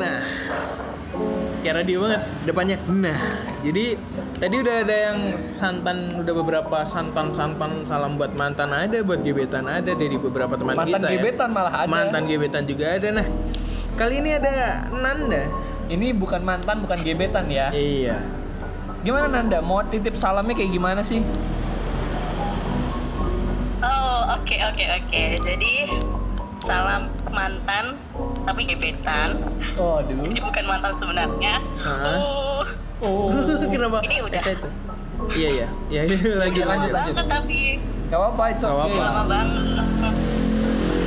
Nah, kayak radio banget depannya. Nah, jadi tadi udah ada yang santan, udah beberapa santan-santan salam buat mantan ada, buat gebetan ada dari beberapa teman Mantan kita. ya. gebetan malah ada. Mantan gebetan juga ada. Nah, kali ini ada Nanda. Ini bukan mantan, bukan gebetan ya. Iya. Gimana Nanda? Mau titip salamnya kayak gimana sih? Oh, oke, oke, oke. Jadi, salam mantan, tapi gebetan. Waduh. Jadi bukan mantan sebenarnya. Hmm? Hah? Uh, Oh. Kenapa? Ini udah. excited? Iya iya. Iya iya lanjut udah lama lanjut lanjut. banget tapi. Gak apa-apa, it's Gak okay. apa-apa. Lama banget.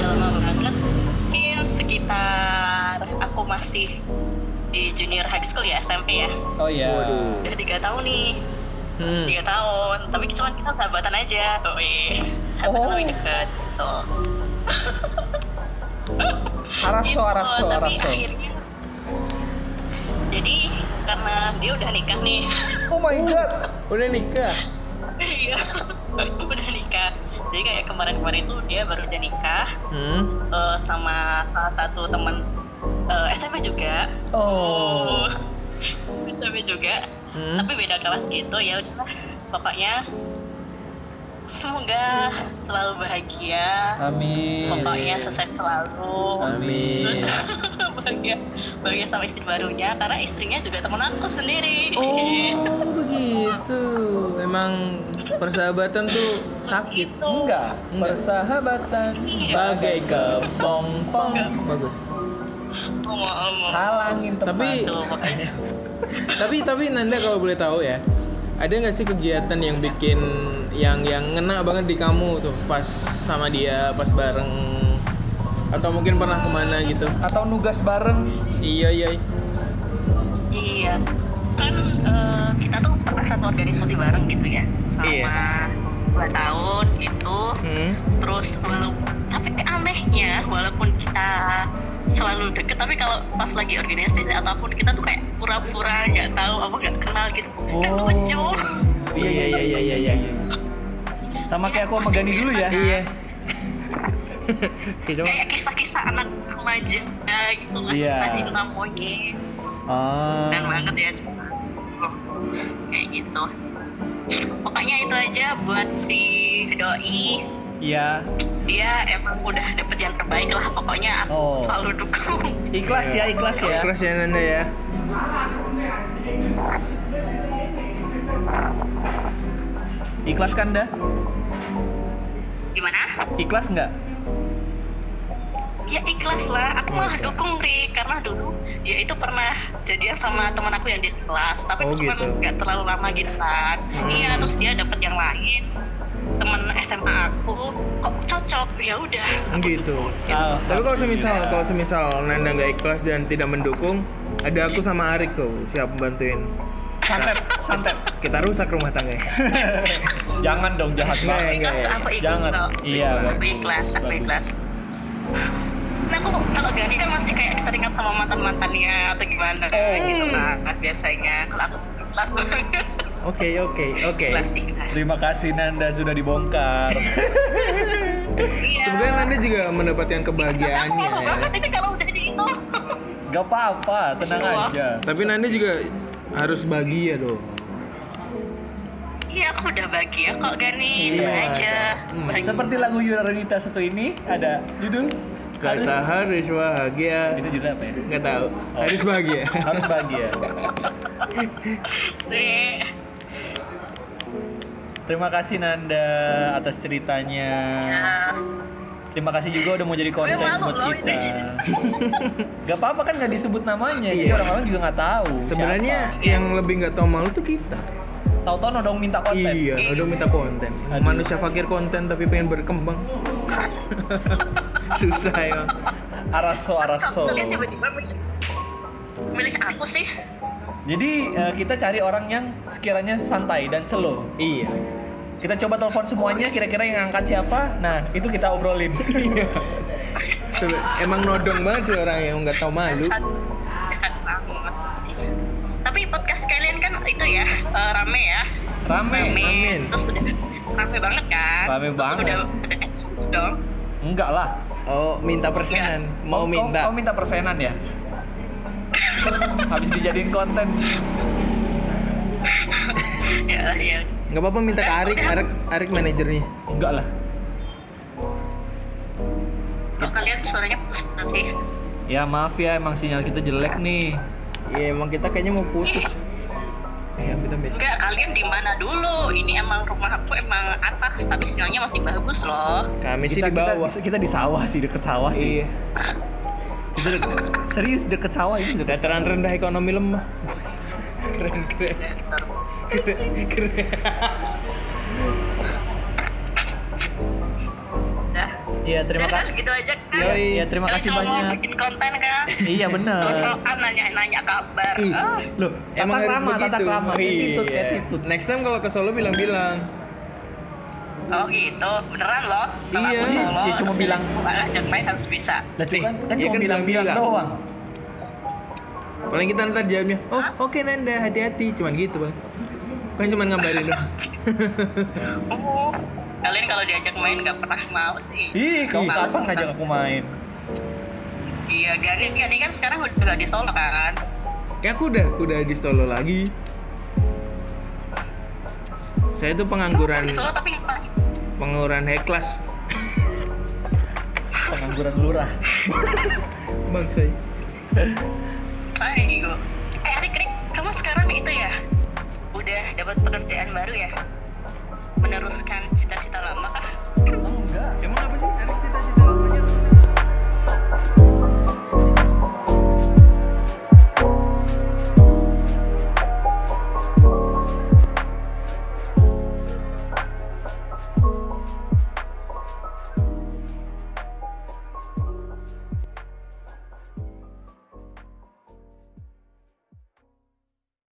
Udah lama banget. Mungkin sekitar aku masih di junior high school ya, SMP ya. Oh iya. Waduh. Udah tiga tahun nih. Hmm. Tiga tahun. Tapi cuma kita sahabatan aja. Oh, Sahabatan Oh. lebih dekat. Gitu. Araso, Gitu, araso, tapi araso. akhirnya jadi karena dia udah nikah nih Oh my god. Udah nikah. Iya, udah nikah jadi kayak kemarin-kemarin tuh dia baru aja nikah Hmm. eh, sama salah satu teman eh, SMP juga Oh. SMP juga Hmm. tapi beda kelas gitu ya udahlah pokoknya semoga selalu bahagia Amin. pokoknya sukses selalu Amin. terus bahagia bahagia sama istri barunya karena istrinya juga teman aku sendiri Oh begitu. Emang persahabatan tuh sakit. Gitu. Enggak, Enggak. persahabatan Iya. Bagai kepompong. Bagus. ngomong-ngomong halangin teman. Tapi- tuh Gitu, pokoknya Tapi tapi Nanda kalau boleh tahu ya, ada nggak sih kegiatan yang bikin yang yang ngena banget di kamu tuh pas sama dia pas bareng atau mungkin pernah kemana gitu? atau nugas bareng Iya iya. iya kan eh, kita tuh pernah satu organisasi bareng gitu ya Iya. sama dua tahun gitu Hmm. terus walaupun tapi anehnya walaupun kita selalu deket tapi kalau pas lagi organisasi ataupun kita tuh kayak pura-pura nggak tahu apa nggak kenal gitu kan Oh. lucu Iya iya iya iya iya. iya. sama kayak aku sama Gani dulu ya Iya. kayak kisah-kisah anak remaja gitu lah Iya. cinta cinta monyet ah keren banget ya cinta kayak gitu pokoknya itu aja buat si doi iya dia emang udah dapet yang terbaik lah pokoknya Oh. aku selalu dukung ikhlas ya ikhlas ya Keras ya Nanda ya. ikhlas kan dah gimana ikhlas nggak ya ikhlas lah aku malah dukung ri karena dulu ya itu pernah jadian sama teman aku yang di kelas tapi Oh, cuma gitu. nggak terlalu lama gitu kan Hmm. iya terus dia dapet yang lain teman SMA aku kok cocok ya udah Gitu. Ah, Tapi kalau semisal kalau semisal Nanda nggak ikhlas dan tidak mendukung, ada aku sama Arik tuh siap bantuin. santet santet Kita rusak rumah tangga. jangan dong jahat Nggak, banget ikhlas nggak, aku ikhlas iya, jangan kok. iya Ikhlas. aku bagus, ikhlas aku bagus. ikhlas nah aku kalau Gani kan masih kayak teringat sama mantan mantannya atau gimana Eh. gitu kan biasanya kalau aku ikhlas banget Oke oke oke. ikhlas ikhlas terima kasih Nanda sudah dibongkar iya Semoga Nanda juga mendapatkan aku kebahagiaannya. malu ya. banget ini kalau udah gitu gak apa-apa tenang Iya. Wah. aja Tapi Nanda juga harus bahagia dong. iya aku udah bahagia kok Gani Iya. tenang aja Hmm. Bahagia. seperti lagu Yunarita satu ini ada judul Kita harus harus bahagia. itu judul apa ya Nggak tahu. Oh. Harus bahagia. harus bahagia Nih. terima kasih Nanda atas ceritanya Nah, Terima kasih juga udah mau jadi konten Gue malu buat loh kita. gak apa-apa kan gak disebut namanya, jadi Iya. orang-orang juga nggak tahu. Sebenarnya Siapa? yang lebih nggak tahu malu tuh kita. siapa. tahu-tahu nodong minta konten. Iya, udah minta konten. Aduh. Manusia fakir konten tapi pengen berkembang. Susah ya. Araso araso. kalian tiba-tiba milih milih aku sih Jadi eh, kita cari orang yang sekiranya santai dan slow. Iya. Kita coba telepon semuanya, kira-kira yang angkat siapa? Nah, itu kita obrolin. Iya. Sebe- Emang nodong banget sih orang yang nggak tahu malu. Sehat- sehat Kan banget. Tapi podcast kalian kan itu ya eh, rame ya. Rame. amin. Terus udah rame banget kan? Rame Terus banget. Udah ada adsense dong. Enggak lah. Oh, minta persenan. Mau Oh, minta. oh, oh, minta persenan ya habis dijadiin konten ya ya Nggak apa-apa minta ke Arik, Arik, Arik manajernya. enggak lah kok Gitu. kalian suaranya putus nanti ya maaf ya emang sinyal kita jelek nih Ya emang kita kayaknya mau putus. Ya, kita ambil. enggak kalian di mana dulu ini emang rumah aku emang atas tapi sinyalnya masih bagus loh Kami sih kita, di bawah. kita kita di sawah sih deket sawah sih Iya. Itu udah- serius deket sawah ini deket dataran rendah ekonomi lemah. keren keren. Dasar. Keren, keren. Dah. iya terima Udah kan, kasih gitu aja kan Iya, iya, terima Kalian kasih cuma mau banyak. bikin konten kan iya bener soal nanya-nanya kabar Ih. Ah. loh Emang harus lama, begitu. tata krama attitude Iya. attitude Next time kalau ke Solo bilang-bilang. Oh gitu, beneran loh. Kalau Iya, aku solo, ya cuma terus bilang. Bukan ajak main harus bisa. lah cuman Nih, iya kan cuma kan bilang-bilang bilang-bilang. doang Paling kita ntar jawabnya, oh oke Nanda hati-hati, cuman gitu paling. Kan cuman ngabarin doang. Uh, kalian kalau diajak main nggak pernah mau sih. ih kamu kan? Ih. kapan ngajak aku main Iya, Gani, Gani kan sekarang udah nggak di Solo kan? Ya aku udah udah di Solo lagi. Saya tuh pengangguran Iya. Di Solo tapi ngapain? pengangguran high class. pengangguran lurah Bang saya. Ngapain gue? Eh, Rik, Rik, kamu sekarang itu ya? Udah dapat pekerjaan baru ya? Meneruskan cita-cita lama kah? enggak Emang apa sih? Arik?